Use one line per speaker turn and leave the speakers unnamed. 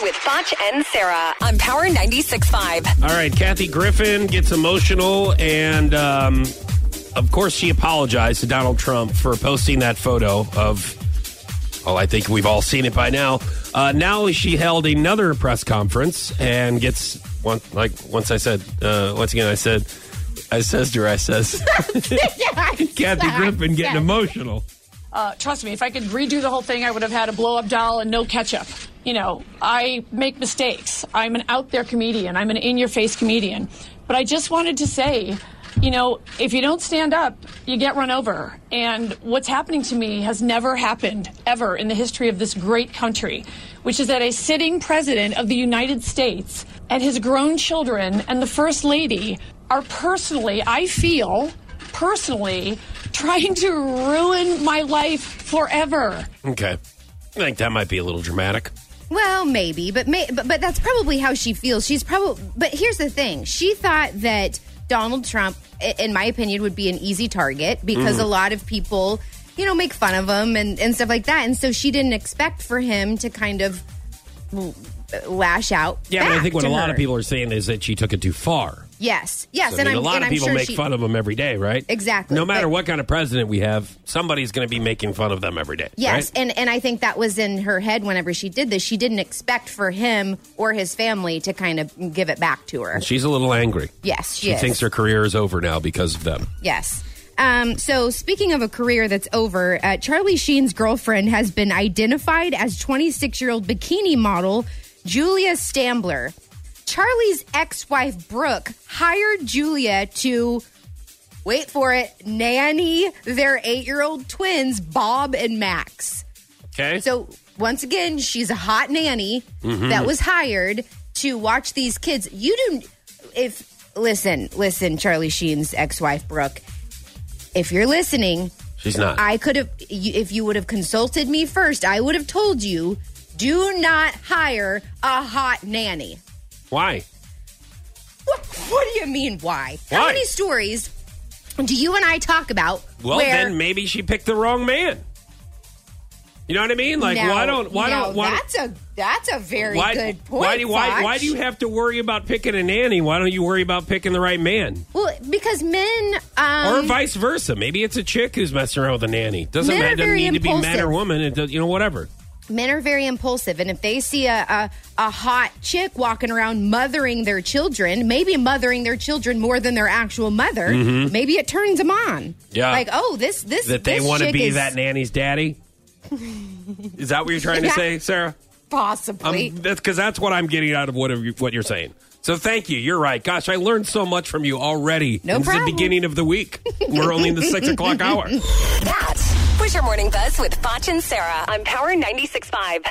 with Foch and Sarah on Power 96.5.
All right, Kathy Griffin gets emotional, and um, of course, she apologized to Donald Trump for posting that photo of. Well, I think we've all seen it by now. Uh, now she held another press conference and gets one like once I said uh, once again I said I says to her I says Kathy
uh,
Griffin getting emotional.
Uh, trust me, if I could redo the whole thing, I would have had a blow up doll and no ketchup. You know, I make mistakes. I'm an out there comedian, I'm an in your face comedian. But I just wanted to say, you know, if you don't stand up, you get run over. And what's happening to me has never happened ever in the history of this great country, which is that a sitting president of the United States and his grown children and the first lady are personally, I feel, personally trying to ruin my life forever.
Okay, I think that might be a little dramatic.
Well, maybe, but, may, but but that's probably how she feels. She's probably. But here's the thing: she thought that Donald Trump, i- in my opinion, would be an easy target because
Mm.
a lot of people, you know, make fun of him and and stuff like that. And so she didn't expect for him to kind of l- lash out.
Yeah, but I
back
think what
to
a lot of
her.
people are saying is that she took it too far.
Yes, yes,
I
and
mean,
I'm,
a lot
and
of
I'm
people
sure
make
she,
fun of them every day, right?
Exactly,
No matter
but-
what kind of president we have, somebody's going to be making fun of them every day.
Yes,
right?
and and I think that was in her head whenever she did this. She didn't expect for him or his family to kind of give it back to her.
she's a little angry.
Yes, she
she
is.
thinks her career is over now because of them.
Yes. Um, so, speaking of a career that's over, uh, Charlie Sheen's girlfriend has been identified as 26 year old bikini model Julia Stambler. Charlie's ex wife, Brooke, hired Julia to, wait for it, nanny their eight year old twins, Bob and Max.
Okay,
So, once again, she's a hot nanny
Mm-hmm.
that was hired to watch these kids. You do, if, listen, listen, Charlie Sheen's ex wife, Brooke if you're listening,
she's not.
I could have, you- if you would have consulted me first, I would have told you do not hire a hot nanny.
Why?
What, what do you mean, why? How
Why?
many stories do you and I talk about
Well,
where
then maybe she picked the wrong man. You know what I mean? Like,
Now-
why don't why
now
don't why
that's a that's a very
why,
good point.
why, do- why, why
Foch.
do you have to worry about picking a nanny? Why don't you worry about picking the right man?
Well, because men um,
Or vice versa. Maybe it's a chick who's messing around with a nanny. Doesn't
Men are
matter. Doesn't
very
need to be man
impulsive.
or woman. It does, you know, whatever.
men are very impulsive and if they see a, a, a hot chick walking around mothering their children maybe mothering their children more than their actual mother maybe it turns them on
Mm-hmm. Yeah.
like oh this this
That they
this
want to
chick
be
is
that nanny's daddy. Is that what you're trying to
Yeah.
say, Sarah?
possibly
I'm, that's because that's what I'm getting out of what, you, what you're saying. So thank you. You're right. Gosh, I learned so much from you already.
No
It's the
problem.
beginning of the week. We're only in the six o'clock hour.
That was your morning buzz with Foch and Sarah on Power 96.5.